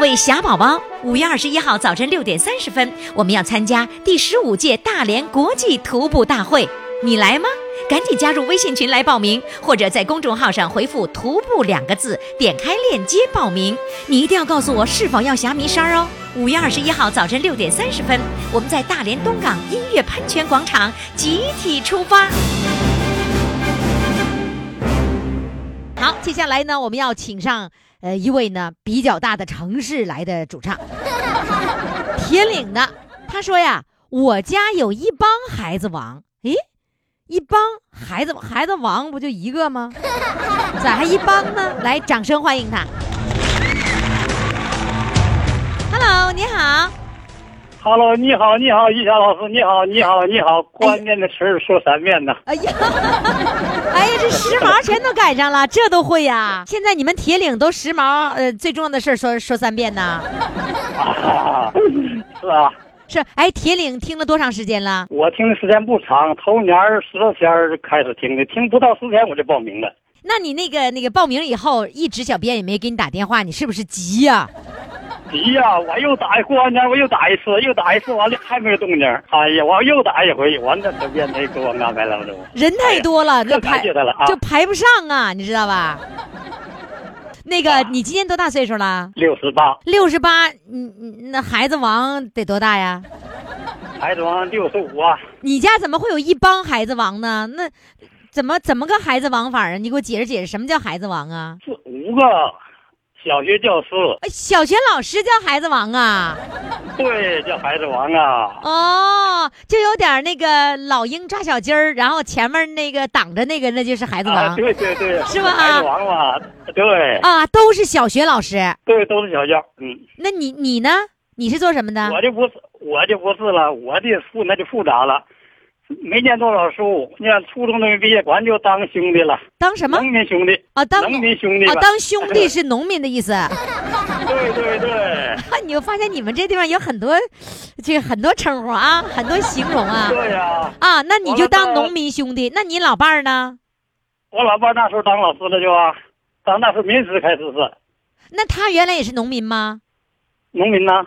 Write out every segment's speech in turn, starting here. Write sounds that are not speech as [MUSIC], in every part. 位小宝宝，五月二十一号早晨六点三十分，我们要参加第十五届大连国际徒步大会，你来吗？赶紧加入微信群来报名，或者在公众号上回复“徒步”两个字，点开链接报名。你一定要告诉我是否要虾米衫哦。五月二十一号早晨六点三十分，我们在大连东港音乐喷泉广场集体出发。好，接下来呢，我们要请上呃一位呢比较大的城市来的主唱， [LAUGHS] 铁岭的。他说呀，我家有一帮孩子王，诶，一帮孩子孩子王不就一个吗？咋还一帮呢？来，掌声欢迎他。Hello，你好。 Hello，你好，你好，于霞老师，你好，你好，你好，关键的词儿说三遍 [LAUGHS] 呢。哎呀，哎呀，这时髦全都赶上了，这都会呀、现在你们铁岭都时髦，呃，最重要的事儿说说三遍呢。啊，是啊，是，哎，铁岭听了多长时间了？我听的时间不长，头年儿十多天儿就开始听的，听不到十天我就报名了。那你那个那个报名以后，一直小编也没给你打电话，你是不是急呀、急哎呀、我又打一过完年，我又打一次，又打一次，完了还没有动静儿。哎呀，我又打一回，完了这变没给我安排了，我都人太多了，那更感排谢他了啊就排不上啊，你知道吧？那啊个，你今年多大岁数了？六十八，六十八，嗯，嗯那孩子王得多大呀？孩子王六十五啊。你家怎么会有一帮孩子王呢？那怎么怎么个孩子王法啊？你给我解释解释，什么叫孩子王啊？是五个小学教师，哎小学老师叫孩子王啊？对，叫孩子王啊，哦，就有点那个老鹰抓小鸡儿，然后前面那个挡着那个，那就是孩子王啊，对对对，是吧孩子王嘛，对啊，都是小学老师。对，都是小教，嗯，那你你呢？你是做什么的？我就不是，我就不是了，我的复那就复杂了，没念多少书，念初中都没毕业，完就当兄弟了，当什么农民兄弟，啊？当农民兄弟啊，吧，当兄弟是农民的意思。 [LAUGHS] 对对对，你就发现你们这地方有很多，这个很多称呼啊，很多形容啊。对呀、啊，那你就当完了呢农民兄弟。那你老伴儿呢？我老伴那时候当老师了就啊，当那时候民职开始是那他原来也是农民吗？农民呐、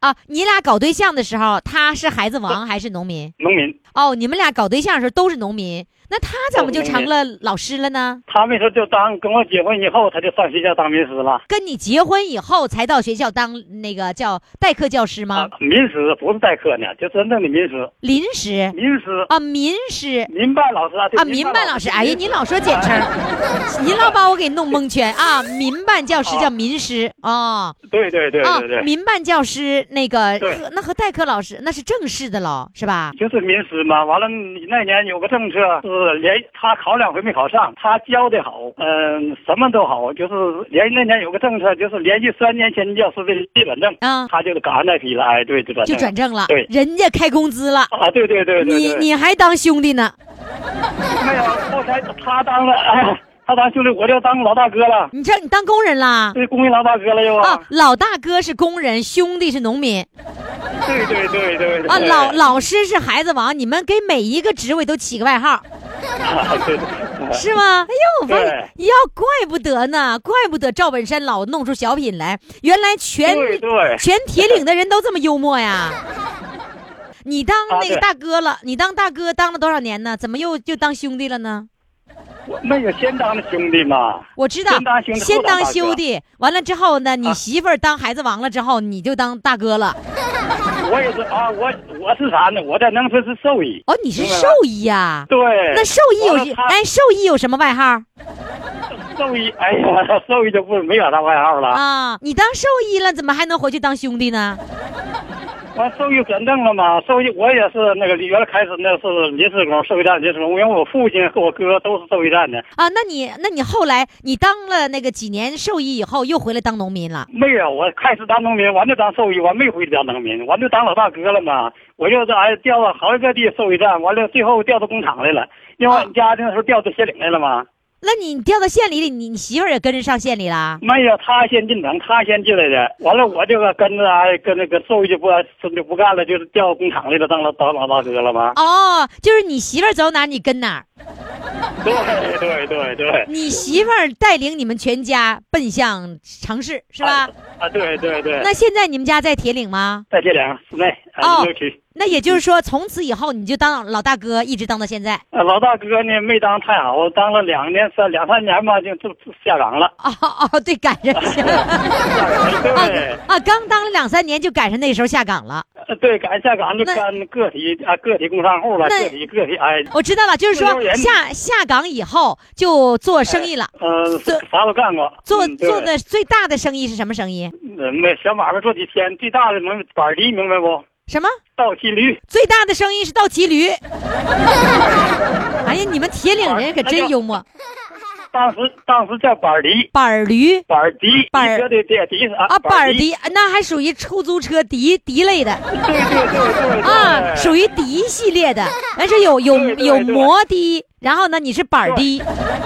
啊，你俩搞对象的时候，他是孩子王还是农民？农民，哦，你们俩搞对象的时候都是农民，那他怎么就都是成农了老师了呢？他那时候就当跟我结婚以后，他就上学校当民师了。跟你结婚以后才到学校当那个叫代课教师吗？啊，民师不是代课呢，就真正的民师，临时民师，啊，民师民办老师啊，对啊，民办老师。哎呀，你老说简称儿，你老把我给弄蒙圈啊！民办教师叫民师啊对对对啊对，对，民办教师那个对和那和代课老师那是正式的喽，是吧？就是民师嘛。完了，那年有个政策是连他考两回没考上，他教的好，嗯、什么都好，就是连那年有个政策，就是连续三年前教师的基本证，啊，他就是赶上那批了。哎，对，就转就正转正了，对人家开工资了，啊，对对对对你对，你还当兄弟呢？没有后来他当了，哎他当兄弟，我就当老大哥了，你这你当工人啦？对，工人老大哥了又啊，老大哥是工人，兄弟是农民对对对对对啊，老老师是孩子王，你们给每一个职位都起个外号，啊对对是吗？哎呦，我发现对要怪不得呢，怪不得赵本山老弄出小品来，原来全对对。全铁岭的人都这么幽 [LAUGHS] 默呀。你当啊那对个大哥了，你当大哥当了多少年呢？怎么又就当兄弟了呢？我那有先当的兄弟嘛，我知道先当兄，弟先后当当大哥兄弟，完了之后呢，你啊媳妇儿当孩子王了之后，你就当大哥了。我也是啊，我我是啥呢？我在农村是兽医，哦，你是明白兽了医呀、对， [LAUGHS] 那兽医完有了他哎，兽医有什么外号兽医，哎呀，兽医就不没有啥外号了，啊？你当兽医了，怎么还能回去当兄弟呢？完兽医转正了嘛，兽医我也是那个原来开始那是临时工，兽医站临时工，因为我父亲和我哥都是兽医站的，啊，那你那你后来你当了那个几年兽医以后，又回来当农民了。没有，我开始当农民，完就当兽医，完没回去当农民，完就当老大哥了嘛。我就是哎调啊到好几个地兽医站，完了最后调到工厂来了，因为我家那时候调到协岭来了嘛。那你调到县里里，你你媳妇儿也跟着上县里了？没有，他先进城，他先进来的。完了，我这个跟着啊，跟那个兽就不就不干了，就是调工厂来了，当老当老大哥了吗？哦，就是你媳妇儿走哪儿，你跟哪儿。啊对对对对，你媳妇儿带领你们全家奔向城市，是吧？啊对对对，那现在你们家在铁岭吗？在这两个室内哦啊，六区。那也就是说，从此以后你就当老大哥，一直当到现在。呃老大哥呢没当太好，当了两年三两三年吧，就就就下岗了。哦哦，对，赶 [LAUGHS] 上对啊啊，刚当了两三年就赶上那时候下岗了。呃对，赶下岗就那干个体啊，个体工商户了，那个体个体哎，我知道了，就是幼儿说园下下岗以后就做生意了，呃，做啥都干过。做嗯对做的最大的生意是什么生意？呃没小买卖做几天，最大的门板梨明白不？什么？倒骑驴。最大的生意是倒骑 [LAUGHS] 驴。哎呀，你们铁岭人可真幽默，当时当时叫板儿迪，板儿驴板儿迪，板儿一车的的迪是啊啊，板儿迪，迪，那还属于出租车迪迪类的。对对对对对啊，属于迪系列的，但是有有对对有对摩的，然后呢，你是板儿的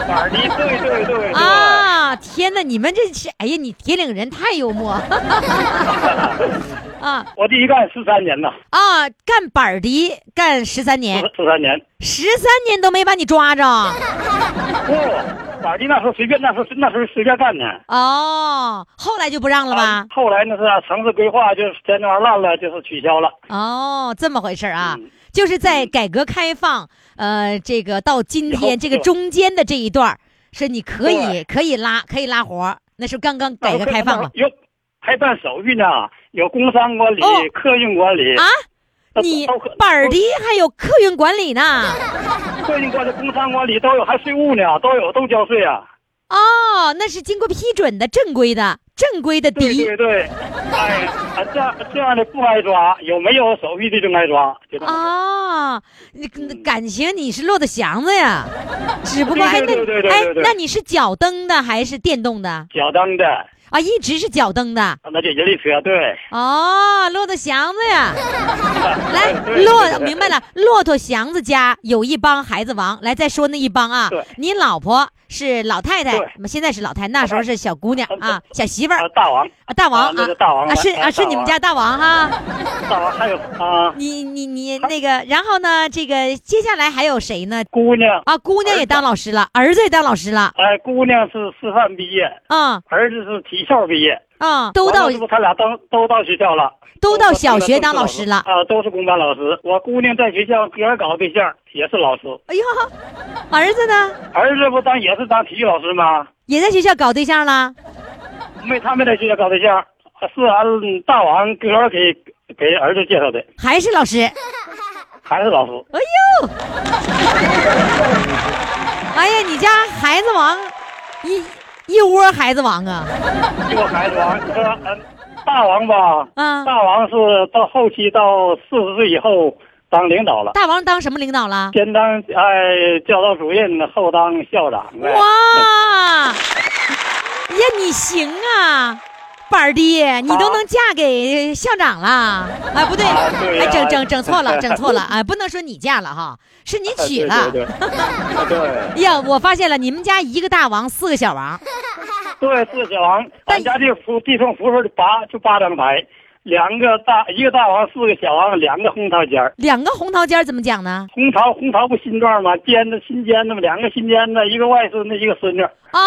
板儿迪，对对对对 [LAUGHS] 啊！天哪，你们这是，哎呀，你铁岭人太幽默 [LAUGHS] 啊我第一干十三年呐，啊！干板儿的干十三年，十三年。十三年都没把你抓着不、板儿迪那时候随便，那时候那时候随便干呢。哦，后来就不让了吧啊？后来那是、啊、城市规划，就是嫌那玩意儿烂了，就是取消了。哦，这么回事儿啊嗯，就是在改革开放，呃，这个到今以后天这个对中间的这一段儿，是你可以对啊可以拉可以拉活儿，那时候刚刚改革开放嘛。有还办手续呢，有工商管理、哦客运管理啊那你都可板儿的还有客运管理呢？客运管理、工商管理都有，还税务呢，都有都交税啊。哦，那是经过批准的正规的正规的对迪对对，哎，啊这样这样的不挨抓，有没有手续的就挨抓，就这么说。啊！你感情你是落的祥子呀？只不过还那嗯对对对对对哎对，对那你是脚蹬的还是电动的小灯的，啊？一直是脚蹬的那就人力车，对，哦，骆驼祥子呀！ [LAUGHS] 来，对骆对对明白了，骆驼祥子家有一帮孩子王。来，再说那一帮啊对，你老婆是老太太对，现在是老太太，那时候是小姑娘啊，小媳妇儿啊，。大王，啊，大王啊那就大王啊，了是啊啊，是大你们王家大王哈。大王还有啊，你你你那个，然后呢，这个接下来还有谁呢？姑娘，啊，姑娘也当老师了，儿子也当老师了，哎，姑娘是师范毕业，啊儿子是体校毕业，啊，都完到了这不他俩都都到学校了，都到小学当老师了。啊，都是公办老师。我姑娘在学校个人搞对象也是老师，哎呦，儿子呢儿子不当也是当体育老师吗？也在学校搞对象了。没，他没在学校搞对象，啊是俺大王个人给给儿子介绍的，还是老师，哎还是老师。呦， [LAUGHS] 哎呀，你家孩子王，一一窝孩子王啊，这个孩子王，你说，嗯，大王吧，嗯大王是到后期到四十岁以后当领导了，大王当什么领导了？先当哎教导主任，后当校长哎呗。哇，呀，你行啊，板儿爹，你都能嫁给校长了？哎，不对，啊对哎，呀整整整 [LAUGHS] 错了，整错了，哎，不能说你嫁了哈，是你哎娶了。对对对，啊对 [LAUGHS] 哎呀，我发现了，你们家一个大王，四个小王，对是小王，但俺家这福地缝福分八就八张牌，两个大一个大王，四个小王，两个红桃尖儿。两个红桃尖儿怎么讲呢？红桃红桃不新状吗？尖子新尖子嘛，两个新尖子，一个外孙子，一个孙女。哦，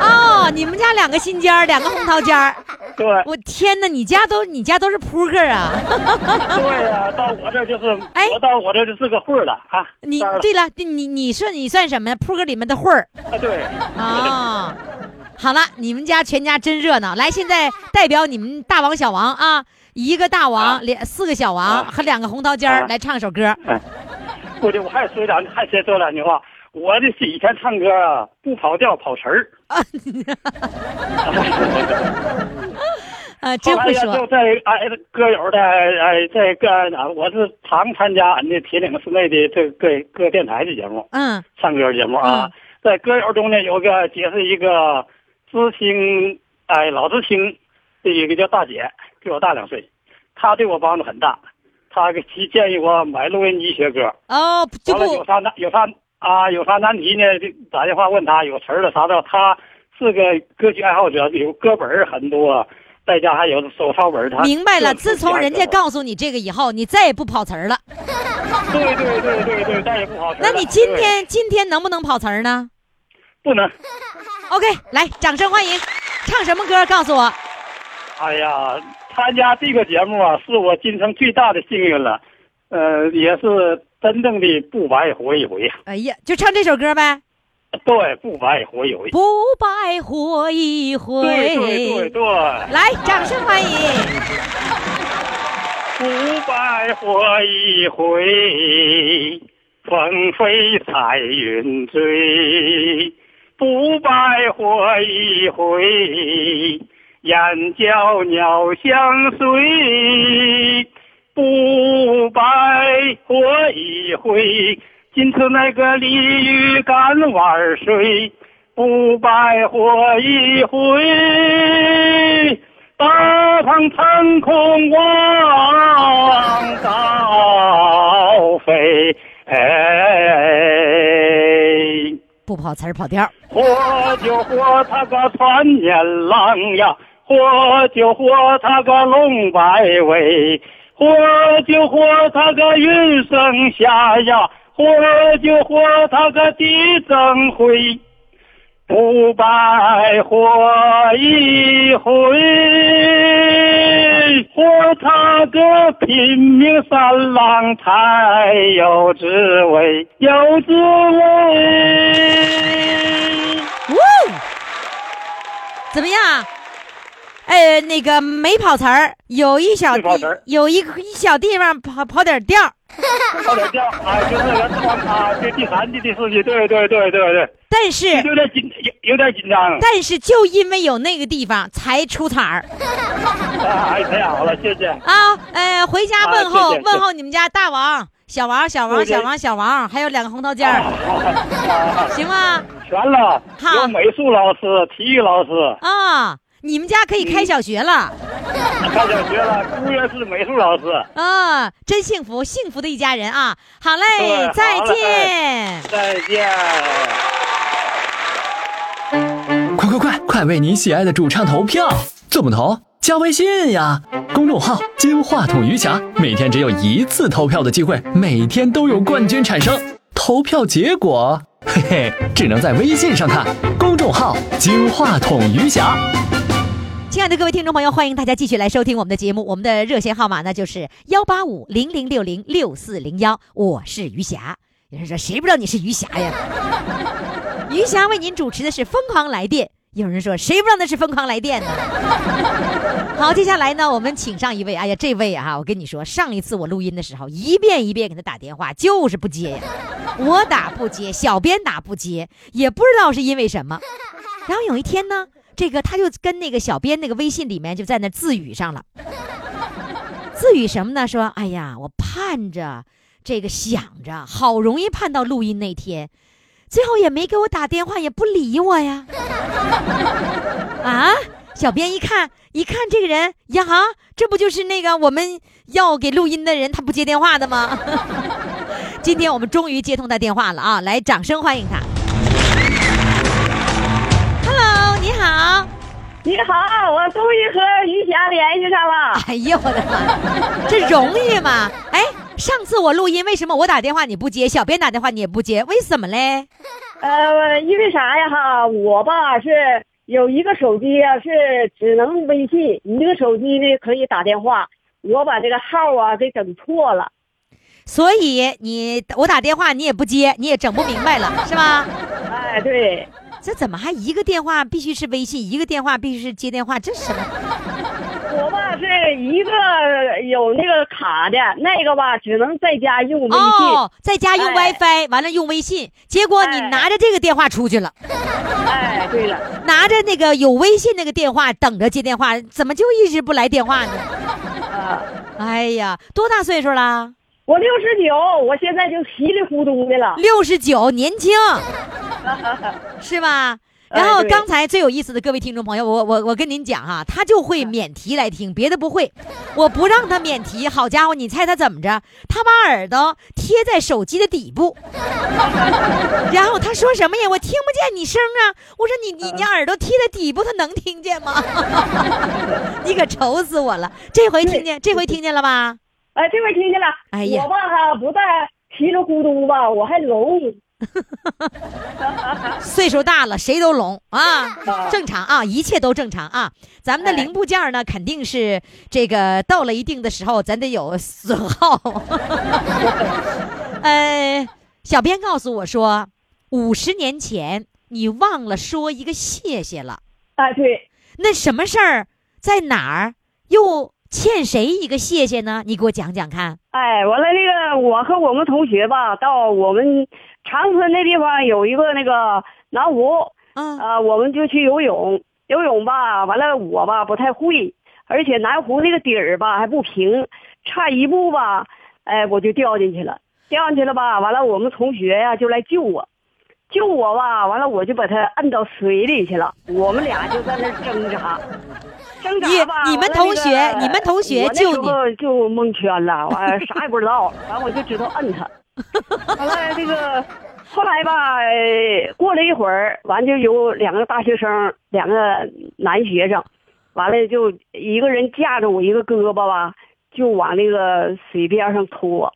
哦，你们家两个心尖儿，两个红桃尖儿，对我天哪，你家都你家都是扑克啊！对呀、啊到我这儿就是，哎我到我这儿就是个混儿了啊。你当然了对了，你你说你算什么呀？扑克里面的混儿。啊对。哦，好了，你们家全家真热闹。来，现在代表你们大王、小王啊，一个大啊王，两、四个小王、啊和两个红桃尖儿，啊来唱首歌。不对，我还说两句，还先说两句话。我这是以前唱歌啊，不跑调，跑词儿。呃，真后来会呀，就说。在哎歌友的哎在个哪，我是常参加俺这铁岭市内的这各各电台的节目，嗯，唱歌节目啊。嗯在歌友中呢，有个姐是一个呃知青，哎老知青的一个叫大姐，比我大两岁，她对我帮助很大。她给提建议我买录音机学歌，哦，就完了有不她那有她啊，有啥难题呢，就打电话问他，有词儿了啥的。他是个歌曲爱好者，有歌本儿很多，在家还有手抄本儿。他明白了，就是自从人家这样告诉你这个以后，你再也不跑词儿了。的对对对对对，再也不好词儿那了。你今对天今天能不能跑词儿呢不能？ ？OK，来，掌声欢迎，唱什么歌？告诉我。哎呀，参加这个节目啊，是我今生最大的幸运了，呃，也是真正的不白活一回。啊哎呀，就唱这首歌呗。对，不白活一回。不白活一回。对对对对，来，掌声欢迎。不白活一回，风飞彩云追。不白活一回，眼角鸟相随。不白活一回，今次那个鲤鱼干玩水，不白活一回。大鹏腾空望高飞，哎不跑词儿，跑调儿。活就活他个穿年郎呀，活就活他个龙摆尾，活就活他个云生霞呀，活就活他个地震回，不白活一回，活他个拼命三郎才有滋味，有滋味。哇哦，怎么样？呃，那个没跑词儿，有一小没跑词儿有一一小地方跑跑点调儿，跑点调啊，就是咱穿啊，这第三季、第四季，对对对对对，但是有点紧，有有点紧张但是就因为有那个地方才出彩啊。儿哎，太好了，谢谢。啊！呃，回家啊问候、谢谢问候你们家大王、小王、小王、对对小王、小王，还有两个红桃尖啊儿，啊行吗？全了，好有美术老师、体育老师，啊，你们家可以开小学了、上小学了，姑爷是美术老师。啊！真幸福，幸福的一家人啊！好对嘞好，再嘞见。再见。快快快，快为你喜爱的主唱投票！怎么投？加微信呀，公众号“金话筒余霞”，每天只有一次投票的机会，每天都有冠军产生。投票结果，嘿嘿，只能在微信上看。公众号“金话筒余霞”。亲爱的各位听众朋友，欢迎大家继续来收听我们的节目。我们的热线号码呢就是幺八五零零六零六四零幺，我是余霞。有人说谁不知道你是余霞呀？ [LAUGHS] 余霞为您主持的是《疯狂来电》。有人说谁不知道那是《疯狂来电》呢？ [LAUGHS] 好，接下来呢，我们请上一位。哎呀，这位啊，我跟你说，上一次我录音的时候，一遍一遍给他打电话，就是不接呀。我打不接，小编打不接，也不知道是因为什么。然后有一天呢，这个他就跟那个小编那个微信里面就在那自语上了，自语什么呢？说哎呀，我盼着这个想着，好容易盼到录音那天，最后也没给我打电话，也不理我呀。啊，小编一看一看这个人呀，这不就是那个我们要给录音的人，他不接电话的吗？今天我们终于接通他电话了啊！来，掌声欢迎他。Hello，你好。你好，我终于和于霞联系上了。哎呀，我的妈，这容易吗？哎，上次我录音，为什么我打电话你不接，小编打电话你也不接，为什么嘞？呃，因为啥呀哈，我吧是有一个手机啊，是只能微信，一个手机呢可以打电话。我把这个号啊给整错了。所以你我打电话你也不接，你也整不明白了，是吧？哎，对，这怎么还一个电话必须是微信，一个电话必须是接电话？这什么？我吧是一个有那个卡的，那个吧只能在家用微信。哦，在家用哎 WiFi，、完了用微信，结果你哎拿着这个电话出去了，哎，对了，拿着那个有微信那个电话等着接电话，怎么就一直不来电话呢？啊、哎呀，多大岁数啦？我六十九，我现在就稀里糊涂的了。 [LAUGHS] 六十九，年轻，是吧？然哎后对刚才最有意思的各位听众朋友，我我我跟您讲哈、他就会免提来听，别的不会。我不让他免提，好家伙，你猜他怎么着？他把耳朵贴在手机的底 [LAUGHS] 部，然后他说什么呀？我听不见你声啊！我说你嗯你你耳朵贴在底部，他能听见吗？ [LAUGHS] 你可愁死我了！这回听见，这回听见了吧？哎，这回听见了。哎呀我吧哈不但稀里咕嘟吧，我还聋。岁数大了，谁都聋啊，正常啊，一切都正常啊。咱们的哎零部件呢，肯定是这个到了一定的时候，咱得有损耗。 [LAUGHS] 呃，小编告诉我说，五十年前你忘了说一个谢谢了，哎，对，那什么事儿，在哪儿，又欠谁一个谢谢呢？你给我讲讲看。哎，完了那个我和我们同学吧，到我们长春那地方有一个那个南湖，啊啊，我们就去游泳，游泳吧，完了我吧不太会，而且南湖那个底儿吧还不平，差一步吧，哎，我就掉进去了，掉进去了吧，完了我们同学呀、就来救我，救我吧，完了我就把他摁到水里去了，我们俩就在那儿挣扎。挣扎你吧你们完了同那个学你们同学我那救时你候就蒙圈了，完了啥也不知道，完我就知道摁他，完了这个后来吧，呃过了一会儿，完就有两个大学生，两个男学生，完了就一个人架着我一个胳膊吧，就往那个水边上拖，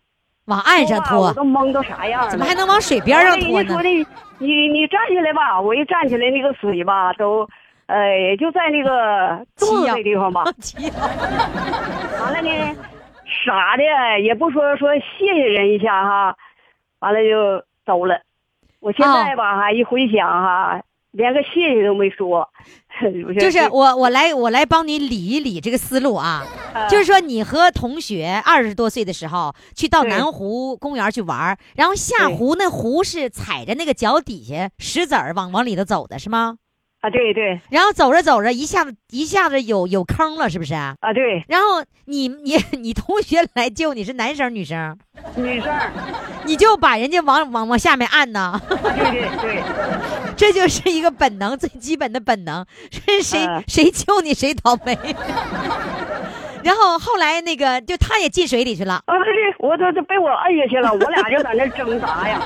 往岸上吧我都拖，懵到啥样了，怎么还能往水边上拖人家说？呢的，你你站起来吧，我一站起来，那个水吧都。呃，也就在那个肚子 [LAUGHS] 急呀那地方吧，急完了呢，傻的也不说说谢谢人一下哈，完了就走了。我现哦在吧哈、一回想哈，连个谢谢都没说， [LAUGHS] 就是我我来我来帮你理一理这个思路啊，嗯就是说你和同学二十多岁的时候去到对南湖公园去玩儿，然后下对湖那湖是踩着那个脚底下石子儿往往里头走的是吗？啊，对对然后走着走着一下子一下子有有坑了是不是？啊对，然后你你你同学来救你是男生女生，女生，啊你就把人家往往往下面按呐，对对对，这就是一个本能最基本的本能，谁谁、嗯谁救你谁倒霉。 [LAUGHS] 然后后来那个就他也进水里去了，啊不是，我都都被我摁下去了，我俩就在那挣扎呀，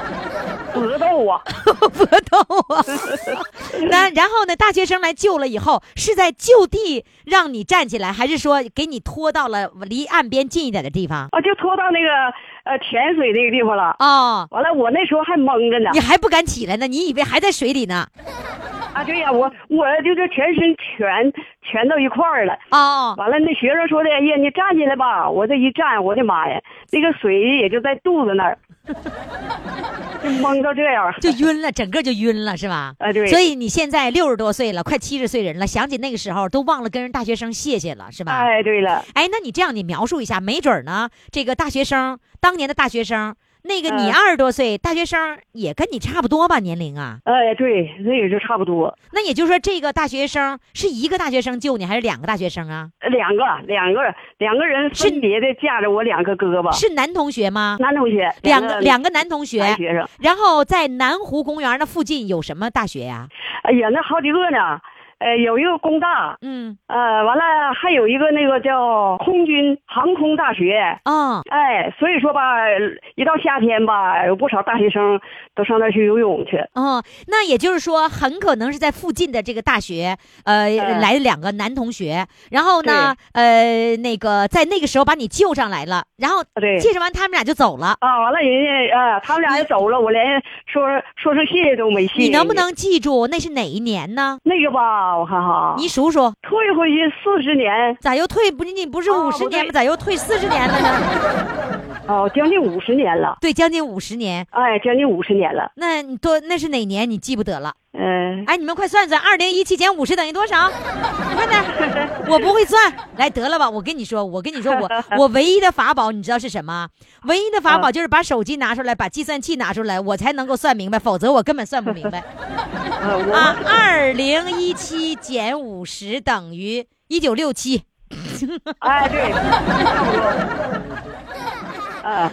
搏斗啊，搏斗啊。 [LAUGHS] 那然后呢，大学生来救了以后，是在就地让你站起来，还是说给你拖到了离岸边近一点的地方？啊就拖到那个呃甜水那个地方了。哦，完了，我那时候还懵着呢你。还不敢起来呢，你以为还在水里呢？啊，对呀、我我就是全身全全到一块儿了。哦，完了，那学生说的，哎呀，你站起来吧！我这一站，我的妈呀，那个水也就在肚子那 [LAUGHS] 儿，就蒙到这样。就晕了，整个就晕了，是吧？啊，对，所以你现在六十多岁了，快七十岁人了，想起那个时候都忘了跟人大学生谢谢了，是吧？哎，对了，哎，那你这样，你描述一下，没准儿呢，这个大学生，当年的大学生，那个你嗯二十多岁，大学生也跟你差不多吧年龄啊？哎，对，那也就差不多，那也就是说，这个大学生是一个大学生救你，还是两个大学生啊？两个两个两个人分别的架着我两个胳膊，是男同学吗？男同学，两个哎个两个男同男学，学生，然后在南湖公园那附近有什么大学呀、哎呀，那好几个呢，呃，有一个工大，嗯，呃，完了还有一个那个叫空军航空大学，哦，哎，所以说吧，一到夏天吧，有不少大学生都上那儿去游泳去。哦，那也就是说，很可能是在附近的这个大学，呃，嗯来了两个男同学，然后呢，呃，那个在那个时候把你救上来了，然后对介绍完他们俩就走了。啊，完了，人家啊，他们俩也走了，我连说说声谢谢都没谢。你能不能记住那是哪一年呢？那个吧？我看哈，你数数，退回去四十年咋又退不是你不是哦五十不对年吗？咋又退四十年了呢？哦，将近五十年了，对，将近五十年。哎，将近五十年了。那你多那是哪年？你记不得了。嗯、哎，你们快算算，二零一七减五十等于多少？快点，我不会算。来，得了吧，我跟你说，我跟你说，我我唯一的法宝，你知道是什么？唯一的法宝就是把手机拿出来，把计算器拿出来，我才能够算明白，否则我根本算不明白呃我、啊。二零一七减五十等于一九六七，哎， [LAUGHS] 对，呃差不多。啊，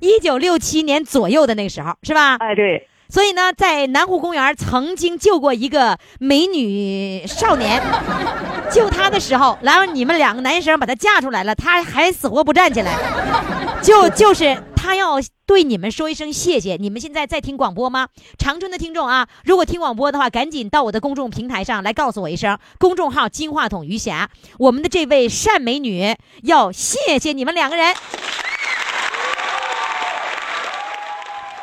一九六七年左右的那个时候是吧？哎，对，所以呢，在南湖公园曾经救过一个美女少年，救她的时候，然后你们两个男生把她架出来了，她还死活不站起来，就就是她要对你们说一声谢谢。你们现在在听广播吗？长春的听众啊，如果听广播的话，赶紧到我的公众平台上来告诉我一声，公众号“金话筒余霞”，我们的这位善美女要谢谢你们两个人。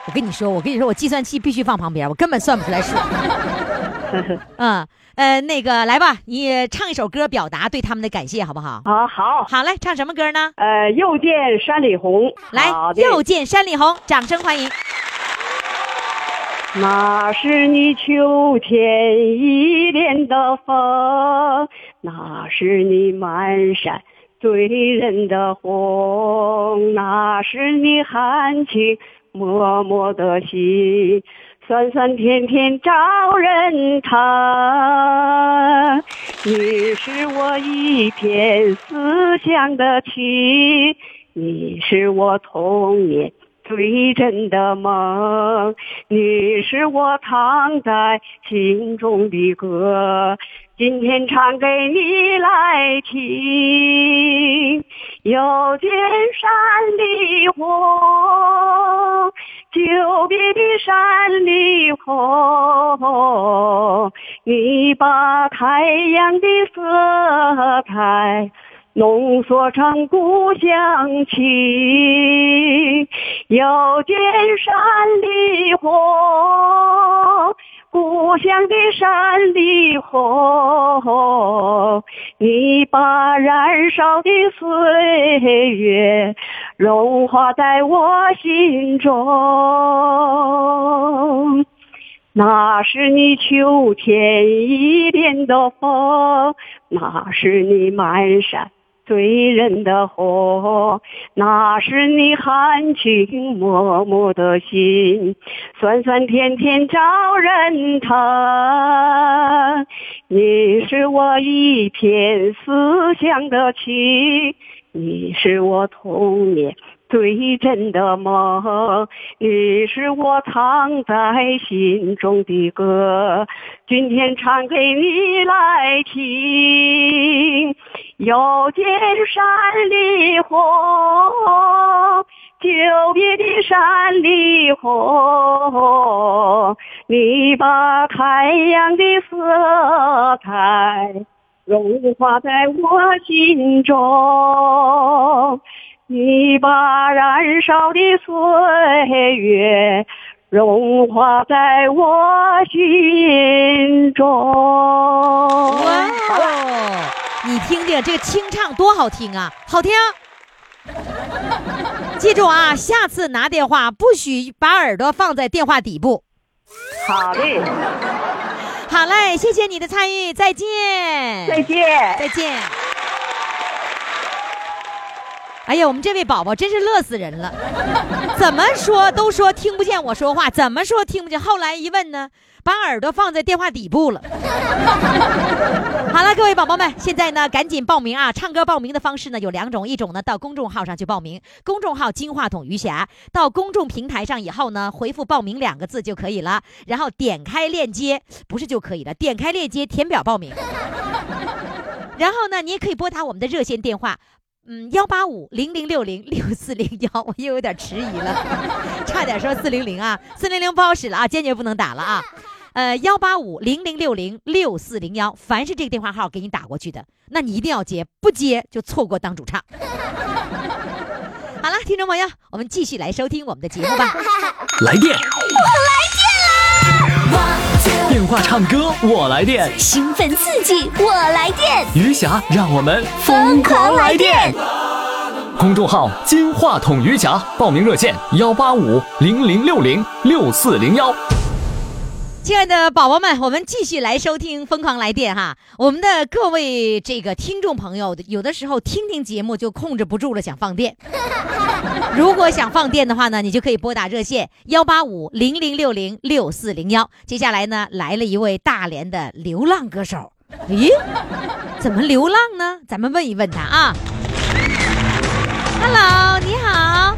我跟你说，我跟你说，我计算器必须放旁边，我根本算不出来 [LAUGHS] 数。嗯，呃，那个来吧，你唱一首歌表达对他们的感谢，好不好？啊，好，好嘞，唱什么歌呢？呃，又见山里红，来好，的又见山里红，掌声欢迎。那是你秋天一脸的风，那是你满山醉人的红，那是你含情脉脉的心，酸酸甜甜招人疼。你是我一片思乡的情，你是我童年。最真的梦，你是我藏在心中的歌，今天唱给你来听。又见山里红，久别的山里红，你把太阳的色彩。浓缩成故乡情。又见山里红，故乡的山里红，你把燃烧的岁月融化在我心中。那是你秋天一脸的风，那是你满山醉人的红，那是你含情脉脉的心，酸酸甜甜招人疼。你是我一片思乡的情，你是我童年。最真的梦，你是我藏在心中的歌，今天唱给你来听。又见山里红，久别的山里红，你把太阳的色彩融化在我心中。你把燃烧的岁月融化在我心中。哇哦，你听听这个清唱多好听啊，好听。 [LAUGHS] 记住啊，下次拿电话不许把耳朵放在电话底部。好嘞，好嘞，谢谢你的参与，再见。再见。再见。哎呀，我们这位宝宝真是乐死人了，怎么说都说听不见我说话，怎么说听不见。后来一问呢，把耳朵放在电话底部了。好了，各位宝宝们，现在呢赶紧报名啊！唱歌报名的方式呢有两种，一种呢到公众号上去报名，公众号“金话筒余霞”，到公众平台上以后呢，回复“报名”两个字就可以了，然后点开链接，不是就可以了，点开链接填表报名。然后呢，你也可以拨打我们的热线电话，嗯，幺八五零零六零六四零幺， [LAUGHS] 我又有点迟疑了， [LAUGHS] 差点说四零零啊，四零零不好使了啊，坚决不能打了啊。呃，幺八五零零六零六四零幺，凡是这个电话号给你打过去的，那你一定要接，不接就错过当主唱。 [LAUGHS] 好了，听众朋友，我们继续来收听我们的节目吧。来电，我来电啦！电话唱歌，我来电。兴奋刺激，我来电！余霞，让我们疯狂来电！公众号“金话筒余霞”，报名热线：幺八五零零六零六四零幺。亲爱的宝宝们，我们继续来收听《疯狂来电》哈。我们的各位这个听众朋友，有的时候听听节目就控制不住了，想放电。 [LAUGHS] 如果想放电的话呢，你就可以拨打热线幺八五零零六零六四零幺。接下来呢，来了一位大连的流浪歌手。咦，怎么流浪呢？咱们问一问他啊。Hello，你好，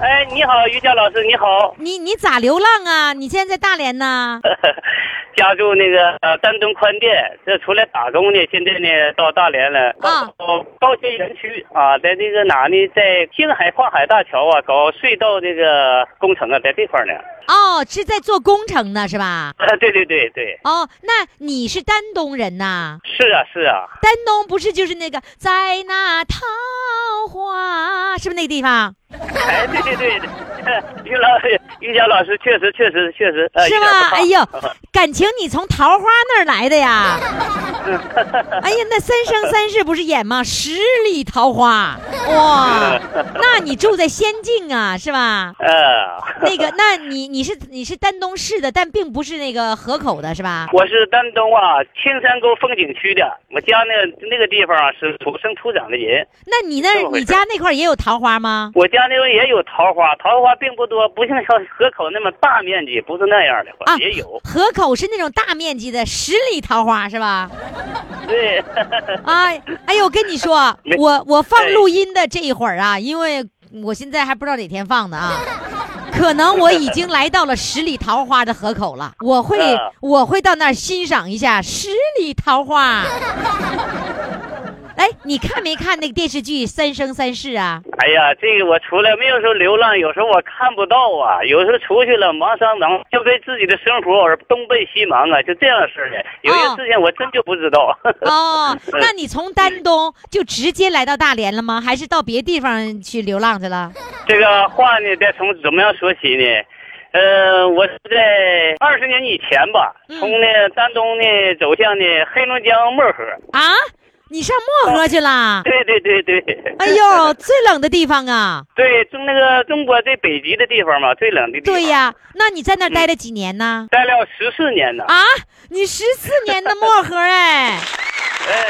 哎，你好，于佳老师，你好，你你咋流浪啊？你现在在大连呢？家住那个呃丹东宽甸，这出来打工呢，现在呢到大连了，啊搞高新园区啊，在那个哪呢，在青海跨海大桥啊，搞隧道那个工程啊，在这块儿呢。 [LAUGHS] 哦，是在做工程呢，是吧？啊，对对对对，哦，那你是丹东人呐？是啊是啊，丹东不是就是那个在那桃花，是不是那个地方？哎，对对对，呃于老于佳老师确实确实确实，呃，是有点不吧？好哎呦， [LAUGHS] 感情你从桃花那儿来的呀？ [LAUGHS] 哎呀，那《三生三世》不是演吗？十里桃花， [LAUGHS] 哇！那你住在仙境啊，是吧？呃，那个，那你你是你是丹东市的，但并不是那个河口的，是吧？ [LAUGHS] 我是丹东啊青山沟风景区的，我家那那个地方啊是土生土长的人，那你那这么儿回你事家那块儿也有桃花吗？我家那边也有桃花，桃花并不多，不像小河口那么大面积，不是那样的，啊也有。河口是那种大面积的十里桃花是吧？对， [LAUGHS] 哎，哎呦，我跟你说没，我我哎放录音的这一会儿啊，因为我现在还不知道哪天放的啊，可能我已经来到了十里桃花的河口了，我会、啊我会到那儿欣赏一下十里桃花。哎，你看没看那个电视剧《三生三世》啊？哎呀，这个我出来没有时候流浪，有时候我看不到啊，有时候出去了忙上忙，就为自己的生活而东奔西忙啊，就这样式儿的。有些哦事情我真就不知道。哦，哎那你从丹东就直接来到大连了吗？还是到别地方去流浪去了？ [LAUGHS] 这个话呢，得从怎么样说起呢？呃，我是在二十年以前吧，嗯从呢丹东呢走向呢黑龙江漠河。啊，你上漠河去了？对对对对。哎呦，最冷的地方啊！对，中那个中国最北极的地方嘛，最冷的地方。对、呀，那你在那儿待了几年呢？待了十四年呢。啊，你十四年的漠河哎，哎，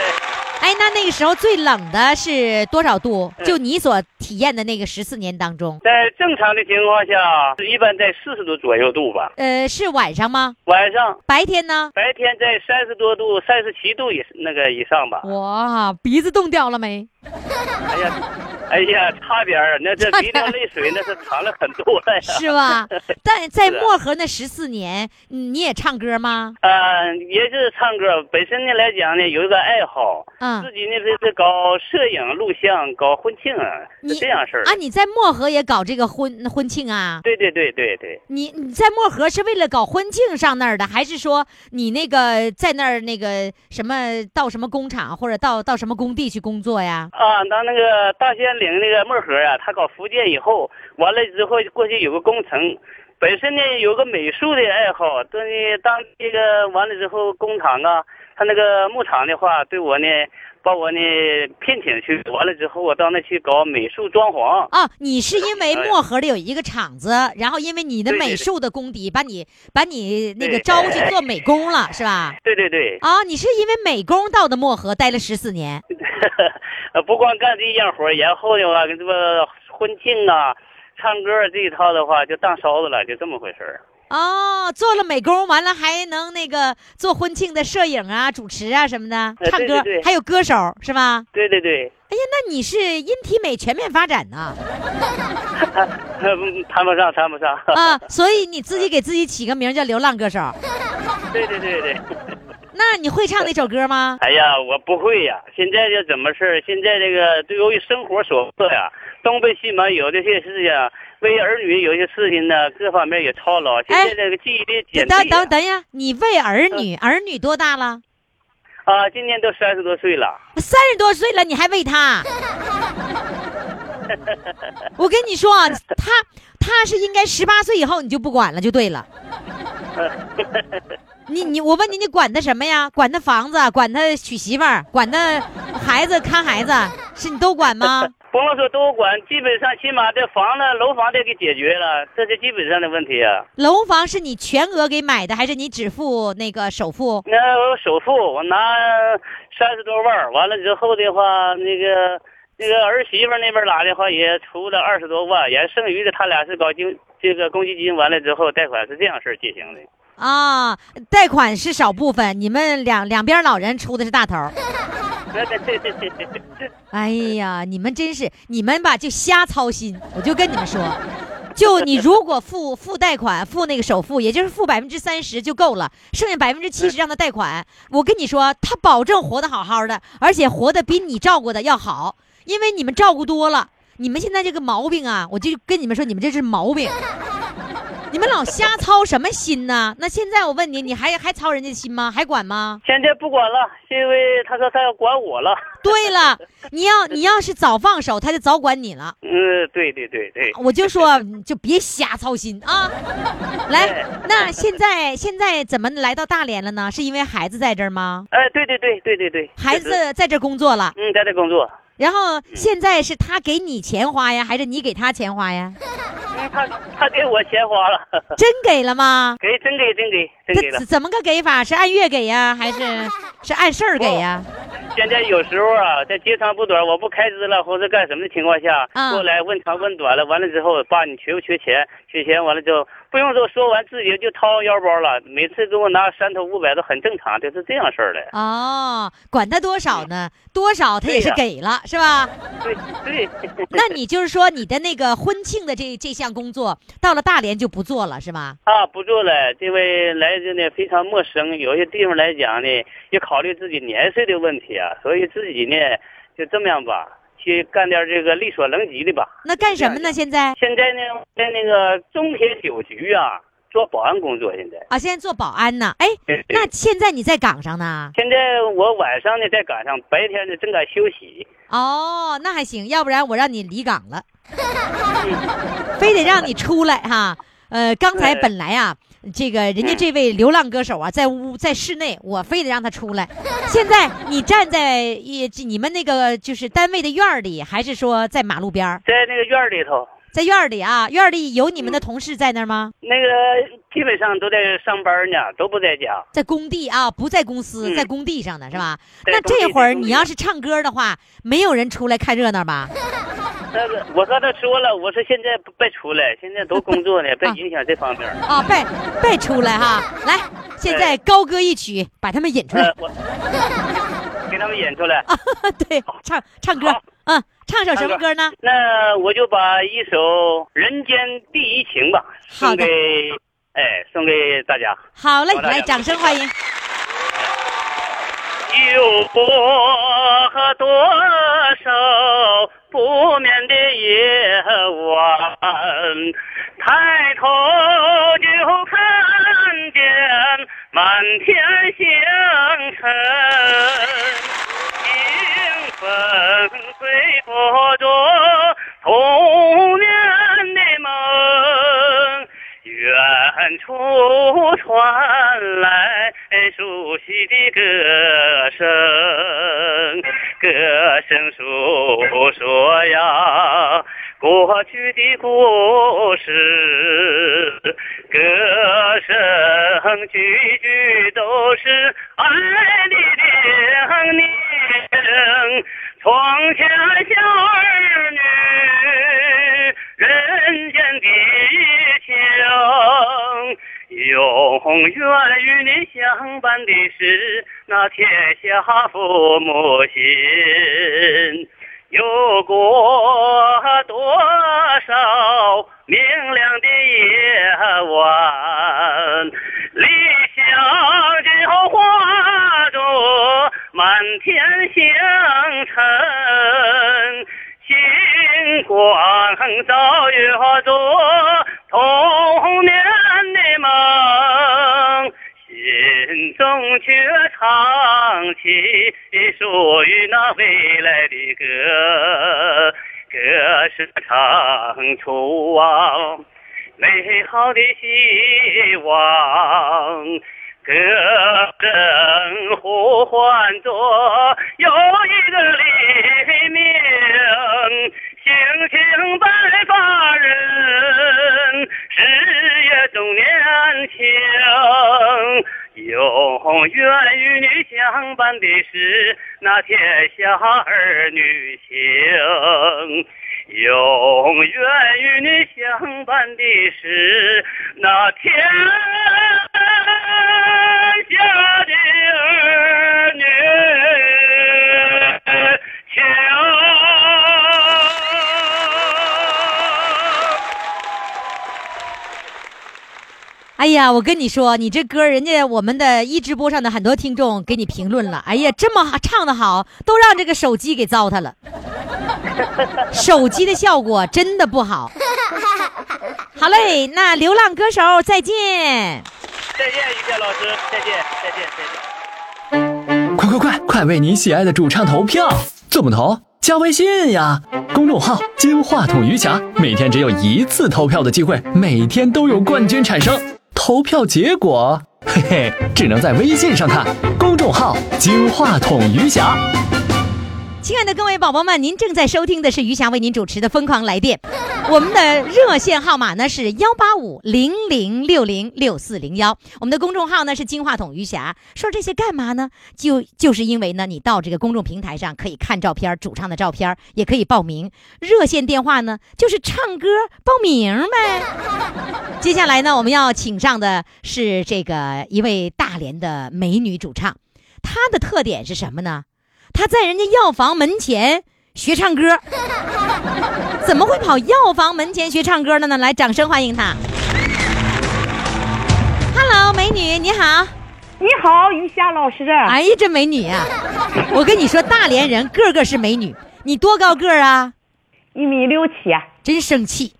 哎，那那个时候最冷的是多少度？嗯就你所体验的那个十四年当中，在正常的情况下，一般在四十度左右度吧。呃，是晚上吗？晚上、白天呢？白天在三十多度、三十七度以那个以上吧。哇，鼻子冻掉了没？哎呀，哎呀，差点儿，那这鼻涕泪水那是淌了很多了 [LAUGHS] 呀。是吧？但在是啊漠河那十四年，嗯你也唱歌吗？呃，也是唱歌，本身呢来讲呢有一个爱好，嗯自己呢这是搞摄影、录像、搞婚庆啊，你是这样式儿的。啊，你在漠河也搞这个婚婚庆啊？对对对对对，你你在漠河是为了搞婚庆上那儿的，还是说你那个在那儿那个什么到什么工厂或者到到什么工地去工作呀？啊，当那个大兴安岭那个漠河啊，他搞福建以后，完了之后过去有个工程，本身呢有个美术的爱好，对呢当这个完了之后工厂啊，他那个牧场的话，对我呢把我呢聘请去，完了之后我到那去搞美术装潢。哦，你是因为哎漠河里有一个厂子，然后因为你的对对美对术的功底，把你把你那个对招去做美工了，是吧？对对对， [LAUGHS] 啊、你是因为美工到的漠河，待了十四年。呃，不光干这一样活儿，然后的话，这个婚庆啊、唱歌这一套的话，就当烧子了，就这么回事儿。哦，做了美工，完了还能那个做婚庆的摄影啊、主持啊什么的，呃对唱歌，对对还有歌手是吧？对对对， [LAUGHS] 哎呀，那你是音体美全面发展呢嗯谈不上，谈不上。 [LAUGHS] 啊，所以你自己给自己起个名叫流浪歌手。 [LAUGHS] 对对对对，那你会唱那首歌吗？ [LAUGHS] 哎呀，我不会呀。现在就怎么事儿？现在这个对由于生活所迫呀，东奔西忙，有这些事情啊，为儿女有些事情呢，各方面也操劳。现在这个记忆力减等退、呀哎等等一下，你为儿女，儿女多大了？啊，今年都三十多岁了。三十多岁了，你还为他？我跟你说啊，他他是应该十八岁以后你就不管了，就对了。你你我问你，你管他什么呀？管他房子，管他娶媳妇儿，管他孩子看孩子，是你都管吗？不用说都管，基本上起码这房子、楼房得给解决了，这是基本上的问题啊。楼房是你全额给买的，还是你只付那个首付？那我首付我拿三十多万儿，完了之后的话，那个那个儿媳妇那边拿的话也出了二十多万，也剩余的他俩是搞经这个公积金，完了之后贷款是这样式儿进行的。啊，贷款是少部分，你们两两边老人出的是大头儿。那个对对对对， [LAUGHS] 哎呀，你们真是，你们吧就瞎操心。我就跟你们说，就你如果付付贷款，付那个首付，也就是付百分之三十就够了，剩下百分之七十让他贷款。我跟你说，他保证活得好好的，而且活得比你照顾的要好，因为你们照顾多了。你们现在这个毛病啊，我就跟你们说，你们这是毛病。你们老瞎操什么心呢？那现在我问你，你还还操人家心吗？还管吗？现在不管了，是因为他说他要管我了。对了，你要你要是早放手，他就早管你了。嗯，对对对对，我就说，你就别瞎操心啊！来，哎那现在现在怎么来到大连了呢？是因为孩子在这儿吗？哎，对对对对对对，孩确实子在这儿工作了，嗯，在这工作，然嗯后现在是他给你钱花呀，还是你给他钱花呀？嗯，他他给我钱花了， [LAUGHS] 真给了吗？给真给真给 [LAUGHS] 真给他了怎。怎么个给法？是按月给呀，还是 [LAUGHS] 是按事儿给呀？现在有时候啊，在接长不短，我不开支了或者干什么的情况下，嗯过来问长问短了，完了之后，爸你缺不缺钱？缺钱完了之后，不用说，说完自己就掏腰包了。每次给我拿三头五百都很正常，这是这样事 [LAUGHS] 儿的。哦，管他多少呢？多少他也对是呀给了，是 [LAUGHS] 吧？对对，那你就是说你的那个婚庆的这这项工作，到了大连就不做了是吧？ [LAUGHS] 啊，不做了，这位来这呢非常陌生，有些地方来讲呢，也考虑自己年岁的问题啊，所以自己呢就这么样吧，去干点这个力所能及的吧。那干什么呢？现在现在呢，在那个中铁酒局啊，做保安工作。现在，啊，现在做保安呢？哎，那现在你在岗上呢？现在我晚上呢在赶上，白天呢正在休息。哦，那还行，要不然我让你离岗了，非得让你出来哈。呃，刚才对本来啊，这个人家这位流浪歌手啊，在屋在室内，我非得让他出来。现在你站在一你们那个就是单位的院儿里，还是说在马路边儿？在那个院儿里头，在院儿里啊，院儿里有你们的同事在那儿吗？那个基本上都在上班呢，都不在家。在工地啊，不在公司，嗯在工地上呢，是吧？在那工地这会儿在工地你要是唱歌的话，没有人出来看热闹吧？那个我跟他说了，我说现在不别出来，现在都工作呢，别啊影响这方面。啊，别别出来哈！来，现在高歌一曲，把他们引出来呃。， [LAUGHS] 我给他们演出来。啊， [LAUGHS] 对，唱唱歌嗯好，嗯，唱首什么歌呢？那我就把一首《人间第一情》吧，好送的给哎，送给大家。好嘞，好的来，两个掌声欢迎。有过多少不眠的夜晚，抬头就看见满天星辰。清风吹拂着童年的梦，远处传来熟悉的歌声，歌声诉说呀。过去的故事，歌声句句都是爱的叮咛。窗前小儿女，人间的情。永远与你相伴的是那天下父母心。有过多少明亮的夜晚，理想就化作满天星辰，星光照耀着童年的梦。心中却唱起属于那未来的歌，歌是唱出啊美好的希望，歌声呼唤着又一个黎明，星星伴发人，日夜总年轻。永远与你相伴的是那天下儿女情，永远与你相伴的是那天下的儿女情。哎呀，我跟你说，你这歌人家我们的一直播上的很多听众给你评论了，哎呀，这么好唱的好，都让这个手机给糟蹋了。手机的效果真的不好。好嘞，那流浪歌手再见。再见，于谦老师，再见，再见，再见。快快快，快为你喜爱的主唱投票！怎么投？加微信呀，公众号“金话筒余霞”，每天只有一次投票的机会，每天都有冠军产生。投票结果，嘿嘿，只能在微信上看。公众号“金话筒余霞”。亲爱的各位宝宝们，您正在收听的是余霞为您主持的《疯狂来电》， [LAUGHS] 我们的热线号码呢是幺八五零零六零六四零幺，我们的公众号呢是金话筒余霞。说这些干嘛呢？就就是因为呢，你到这个公众平台上可以看照片，主唱的照片，也可以报名。热线电话呢就是唱歌报名呗。 [LAUGHS] 接下来呢，我们要请上的是这个一位大连的美女主唱，她的特点是什么呢？她在人家药房门前学唱歌，怎么会跑药房门前学唱歌的呢？来，掌声欢迎她。Hello，美女，你好。你好，于霞老师。哎呀，这美女呀、我跟你说，大连人个个是美女。你多高个儿啊？一米六七，真生气！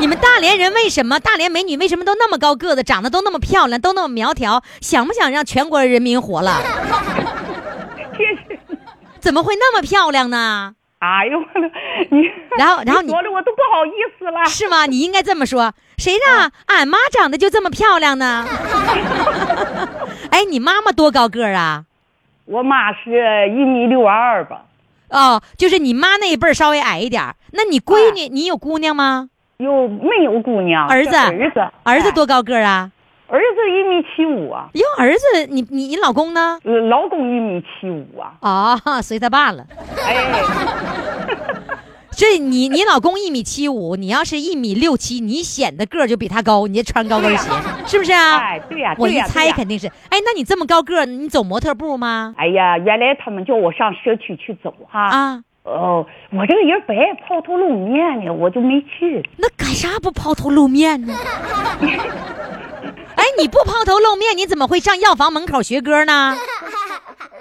你们大连人为什么大连美女为什么都那么高个子，长得都那么漂亮，都那么苗条？想不想让全国人民活了？怎么会那么漂亮呢？哎呦， [LAUGHS] 你然后然后你你说的我都不好意思 [LAUGHS] 了。是吗？你应该这么说，谁让俺妈长得就这么漂亮呢？哎，你妈妈多高个儿啊？我妈是一米六二吧，哦，就是你妈那一辈儿稍微矮一点儿。那你闺女，你有姑娘吗？又没有姑娘，儿子是儿子，儿子哎多高个儿啊？儿子一米七五啊，哟，儿子，你你你老公呢？呃老公一米七五啊，哦，随他爸了。哎，这你你老公一米七五，你要是一米六七，你显得个儿就比他高，你就穿高跟鞋，是不是啊？哎，对呀、我对一呀、对猜呀肯定是。哎，那你这么高个儿，你走模特步吗？哎呀，原来他们叫我上社区去走哈、啊，哦，我这个人不爱抛头露面的，我就没去。那干啥不抛头露面 [LAUGHS] 呢？哎，你不抛头露面，你怎么会上药房门口学歌呢？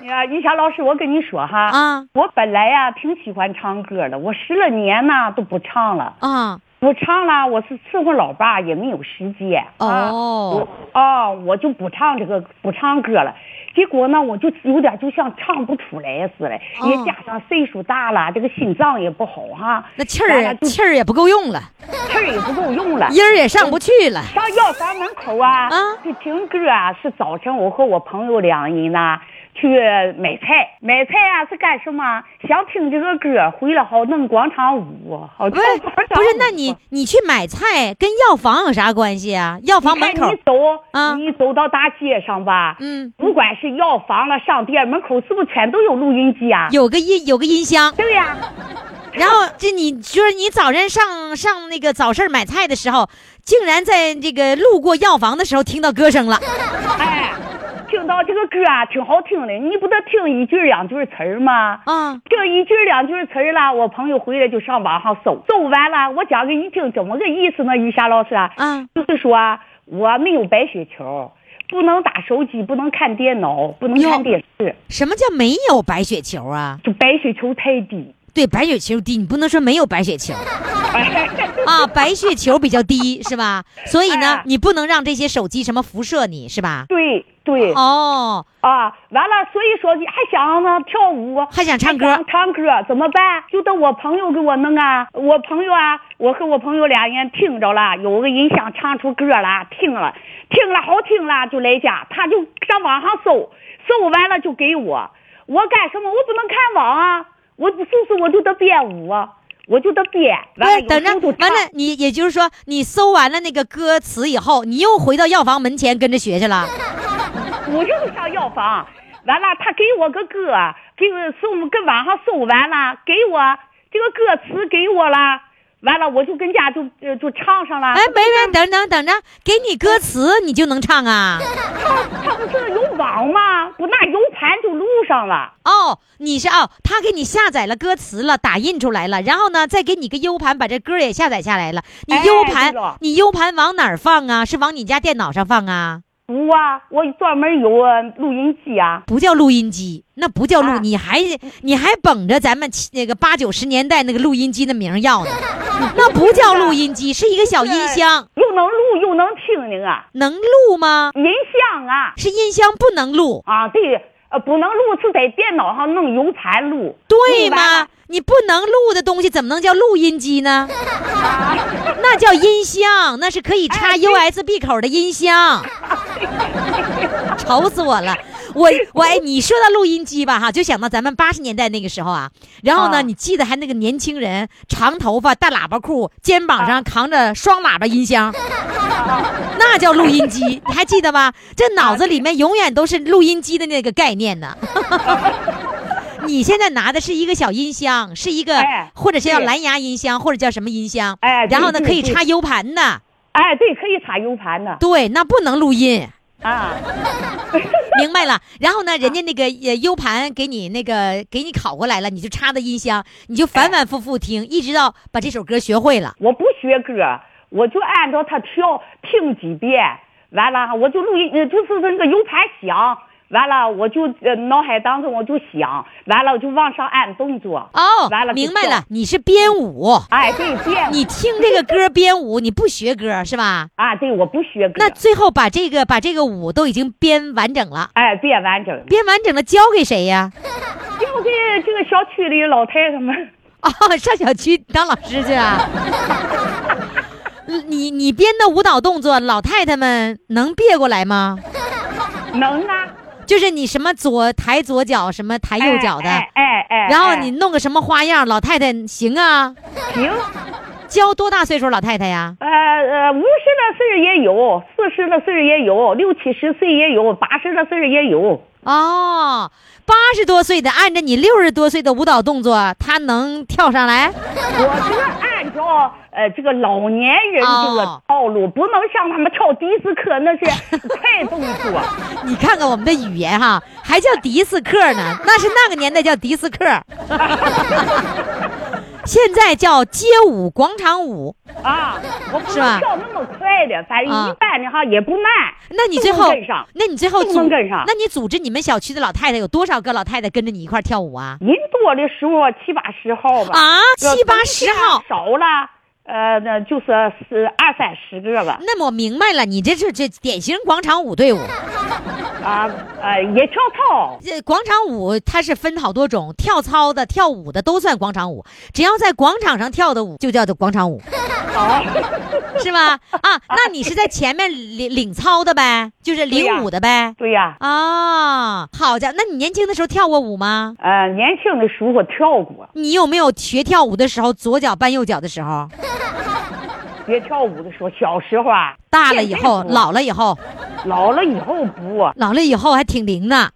哎呀，玉霞老师，我跟你说哈，啊我本来呀、挺喜欢唱歌的，我十来年呐都不唱了，啊，不唱了，我是伺候老爸，也没有时间啊。哦我啊，我就不唱这个不唱歌了。结果呢，我就有点就像唱不出来似的，哦也加上岁数大了，这个心脏也不好哈，那气儿完了也就气儿也不够用了，气儿也不够用了。音儿也上不去了。上药房门口啊，啊去听歌啊，是早晨我和我朋友两人呐去买菜，买菜啊是干什么？想听这个歌，回来好弄广场舞，好不跳是广场舞。不是，那你你去买菜跟药房有啥关系啊？药房门看口你走，啊你走到大街上吧，嗯不管是药房了、商店门口，是不是全都有录音机啊？有个音有个音箱，对 [LAUGHS] 呀、然后这你就是你早晨上上那个早市买菜的时候，竟然在这个路过药房的时候听到歌声了。哎，听到这个歌啊，挺好听的，你不得听一句两句词儿吗？啊，这一句两句词儿啦，我朋友回来就上网上搜，搜完了，我讲给你听，怎么个意思呢？于霞老师啊，嗯就是说啊我没有白血球，不能打手机，不能看电脑，不能哟看电视，什么叫没有白血球啊？就白血球太低。对，白血球低，你不能说没有白血 [LAUGHS] 球哎啊，白血球比较低是吧？所以呢哎，你不能让这些手机什么辐射你是吧？对对哦，啊，完了，所以说你还想呢跳舞，啊还想唱歌还想唱歌怎么办？就等我朋友给我弄啊，我朋友啊，我和我朋友俩人听着了，有个人想唱出歌了，听了，听了好听了，就来家，他就上网上搜，搜完了就给我，我干什么？我不能看网啊，我不搜搜我就得编舞啊，我就得编，完了对，等着有时候就唱完了，你也就是说，你搜完了那个歌词以后，你又回到药房门前跟着学去了。哎我又上药房，完了他给我个歌，给我送跟网上搜完了，给我这个歌词给我了，完了我就跟家就呃就唱上了。哎，没没，等等等着，给你歌词你就能唱啊？他不是有网吗？不那有弹出路上了。哦，你是哦，他给你下载了歌词了，打印出来了，然后呢，再给你个 U 盘，把这歌也下载下来了。你哎 U 盘，对了你 U 盘往哪儿放啊？是往你家电脑上放啊？不啊，我专门有呃录音机啊。不叫录音机，那不叫录，啊你还你还捧着咱们七那个八九十年代那个录音机的名 [LAUGHS] 儿要呢，那不叫录音机，是一个小音箱，又能录又能听呢啊，能录吗？音箱啊是音箱不能录，啊，对，呃，不能录是在电脑上弄 U 盘录，对录完吗了？你不能录的东西怎么能叫录音机 [LAUGHS] 呢？那叫音箱，那是可以哎插对 USB 口的 [LAUGHS] 音箱。愁死我了！我我哎，你说到录音机吧，哈，就想到咱们八十年代那个时候啊。然后呢，啊你记得还那个年轻人，长头发，大喇叭裤，肩膀啊上扛着双喇叭音箱，那叫录音机，你还记 [LAUGHS] 得吧？这脑子里面永远都是录音机的那个概念 [LAUGHS] 呢。你现在拿的是一个小音箱，是一个哎或者是叫对蓝牙音箱，或者叫什么音箱，哎然后呢对对可以对插 U 盘的，哎，对，可以插 U 盘呢对，那不能录音。啊，明白了。然后呢，人家那个呃 U 盘给你那个给你拷过来了，你就插到音箱，你就反反复复听，一直到把这首歌学会了。我不学歌，我就按照他跳听几遍，完了我就录音，呃就是那个 U 盘响，完了我就呃脑海当中我就想，完了我就往上按动作，哦完了，就明白跳了，你是编舞，哎，对，对，你听这个歌编舞，你不学歌是吧？啊，对，我不学歌那，最后把这个把这个舞都已经编完整了，哎，别完整，编完整了交给谁呀？就给这个小区里老太太们。哦，上小区当老师去啊？ [LAUGHS] 你你编的舞蹈动作，老太太们能别过来吗？能 [LAUGHS] 啊，就是你什么左抬左脚，什么抬右脚的，哎哎哎，哎然后你弄个什么花样，老太太行啊？行，教多大岁数老太太呀？呃呃，五十的岁儿也有，四十的岁儿也有，六七十岁也有，八十的岁儿也有，哦，八十多岁的，按着你六十多岁的舞蹈动作，她能跳上来？我这按照呃这个老年人这哦个套路，不能像他们跳迪斯科 [LAUGHS] 那是快动作，你看看我们的语言哈，还叫迪斯科呢，那是那个年代叫迪斯科， [LAUGHS] 现在叫街舞、广场舞。啊，我不是吧能跳那么快的，反正啊一般的哈也不慢。那你都最能后跟上，那你最后都组能跟上那你组织你们小区的老太太有多少个老太太跟着你一块儿跳舞啊？人多的时候七八十号吧，啊，这七八十号，少了，呃，那就是是二三十个吧。那么我明白了，你这是这典型广场舞队伍。啊呃，也跳操，这呃广场舞它是分好多种，跳操的、跳舞的都算广场舞，只要在广场上跳的舞就叫做广场舞， [LAUGHS] 是吧？啊，那你是在前面领领操的呗，就是对领呀舞的呗。对呀、啊，好家伙，那你年轻的时候跳过舞吗？呃，年轻的时候跳过，你有没有学跳舞的时候左脚绊右脚的时候？学跳舞的时候，小时候啊，大了以后，现在不老了以后，老了以后不，啊老了以后还挺灵的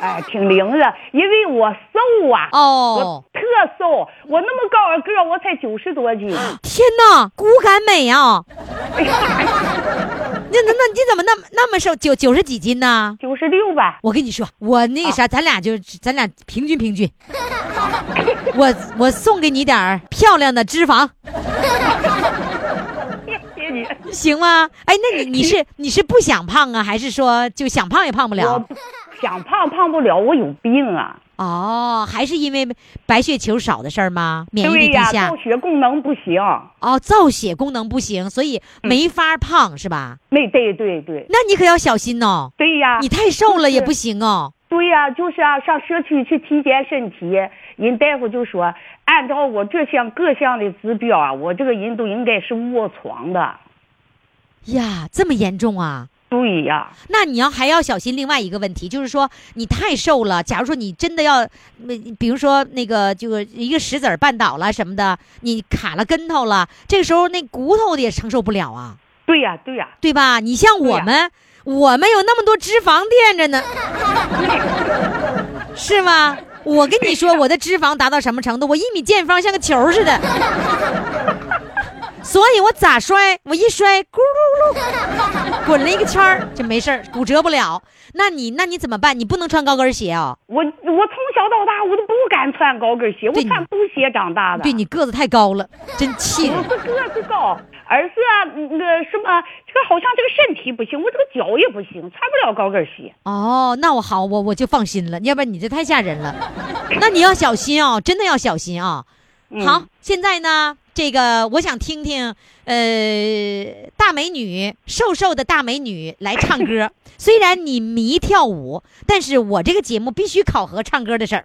哎、挺灵的，因为我瘦啊，哦我。特瘦，我那么高个儿，我才九十多斤，天哪，骨感美啊！ [LAUGHS] 那那那你怎么那么那么瘦？九九十几斤呢？九十六吧，我跟你说，我那个啊啥，咱俩就咱俩平均平均。 [LAUGHS] 我我送给你点儿漂亮的脂肪， [LAUGHS] 谢谢你。行吗？哎，那你你是你是不想胖啊，还是说就想胖也胖不我了？不想胖胖不了，我有病啊！哦，还是因为白血球少的事儿吗？免疫力对低呀，下造血功能不行。哦，造血功能不行，所以嗯没法胖是吧？没对对对那你可要小心哦，对呀，你太瘦了也啊就是不行哦。对呀、就是啊，上社区去体检身体，人大夫就说，按照我这项各项的指标啊，我这个人都应该是卧床的。呀，这么严重啊？对呀、那你要还要小心另外一个问题，就是说你太瘦了。假如说你真的要，呃比如说那个就是一个石子儿绊倒了什么的，你卡了跟头了，这个时候那骨头的也承受不了啊，对呀、对呀、对吧？你像我们，我们有那么多脂肪垫着呢，是吗？我跟你说，我的脂肪达到什么程度？我一米见方，像个球似的。所以我咋摔，我一摔，咕噜噜，滚了一个圈儿就没事儿，骨折不了。那你那你怎么办？你不能穿高跟鞋哦，我我从小到大我都不敢穿高跟鞋，我对你穿布鞋长大的。对你个子太高了，真气不人。是个子高，而是啊那个什么，这个好像这个身体不行，我这个脚也不行，穿不了高跟鞋。哦，那我好，我我就放心了，要不然你这太吓人了。那你要小心哦，真的要小心啊、好，现在呢，这个我想听听，呃，大美女，瘦瘦的大美女来唱歌。虽然你迷跳舞，但是我这个节目必须考核唱歌的事儿。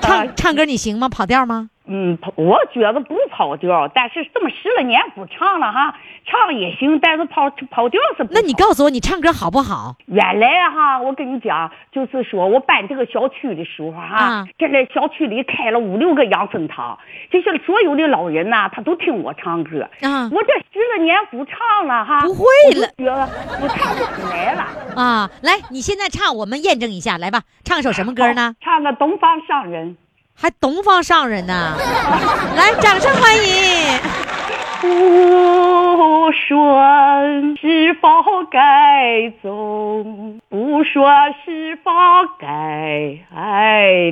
唱唱歌你行吗？跑调吗？嗯，跑我觉得不跑调，但是这么十来年不唱了哈，唱也行，但是跑跑调是不那你跑告诉我你唱歌好不好？原来啊哈，我跟你讲，就是说我搬这个小区的时候哈，啊这个小区里开了五六个养生堂，这些所有的老人呐、他都听我唱歌。啊 [LAUGHS] 我这十来年不唱了哈，不会了我就觉得我唱不出来了。啊，来，你现在唱，我们验证一下，来吧，唱首什么歌呢？唱个《东方上人》。还东方上人呢，来，掌声欢迎！不说是否该走，不说是否该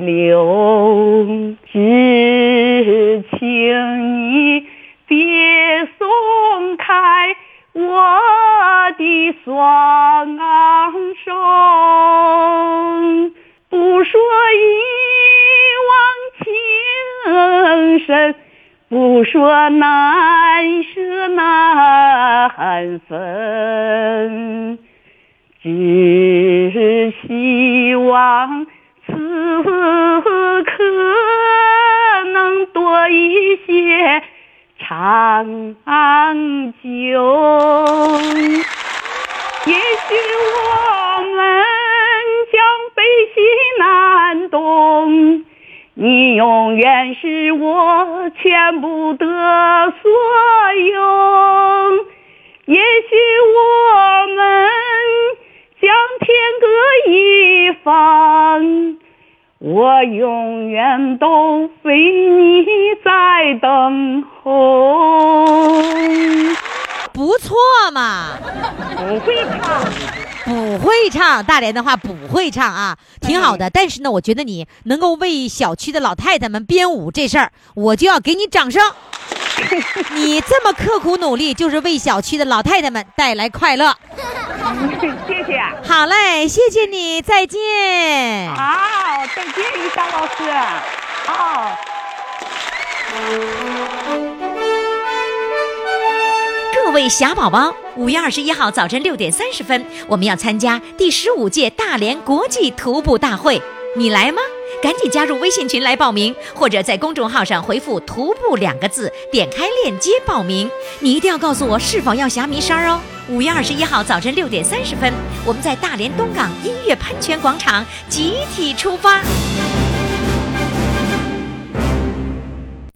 留，只请你别松开我的双手，不说一往情深。不说难舍难分，只希望此刻能多一些长久。也许我们将北西南东。你永远是我全部的所有。也许我们将天各一方，我永远都为你在等候。不错嘛，嗯不会唱，不会唱大连的话不会唱啊，挺好的。但是呢，我觉得你能够为小区的老太太们编舞这事儿，我就要给你掌声。你这么刻苦努力，就是为小区的老太太们带来快乐。谢谢。啊好嘞，谢谢你，再见。好，再见，于霞老师。好。各位霞宝宝，五月二十一号早晨六点三十分，我们要参加第十五届大连国际徒步大会，你来吗？赶紧加入微信群来报名，或者在公众号上回复“徒步”两个字，点开链接报名。你一定要告诉我是否要霞迷衫哦。五月二十一号早晨六点三十分，我们在大连东港音乐喷泉广场集体出发。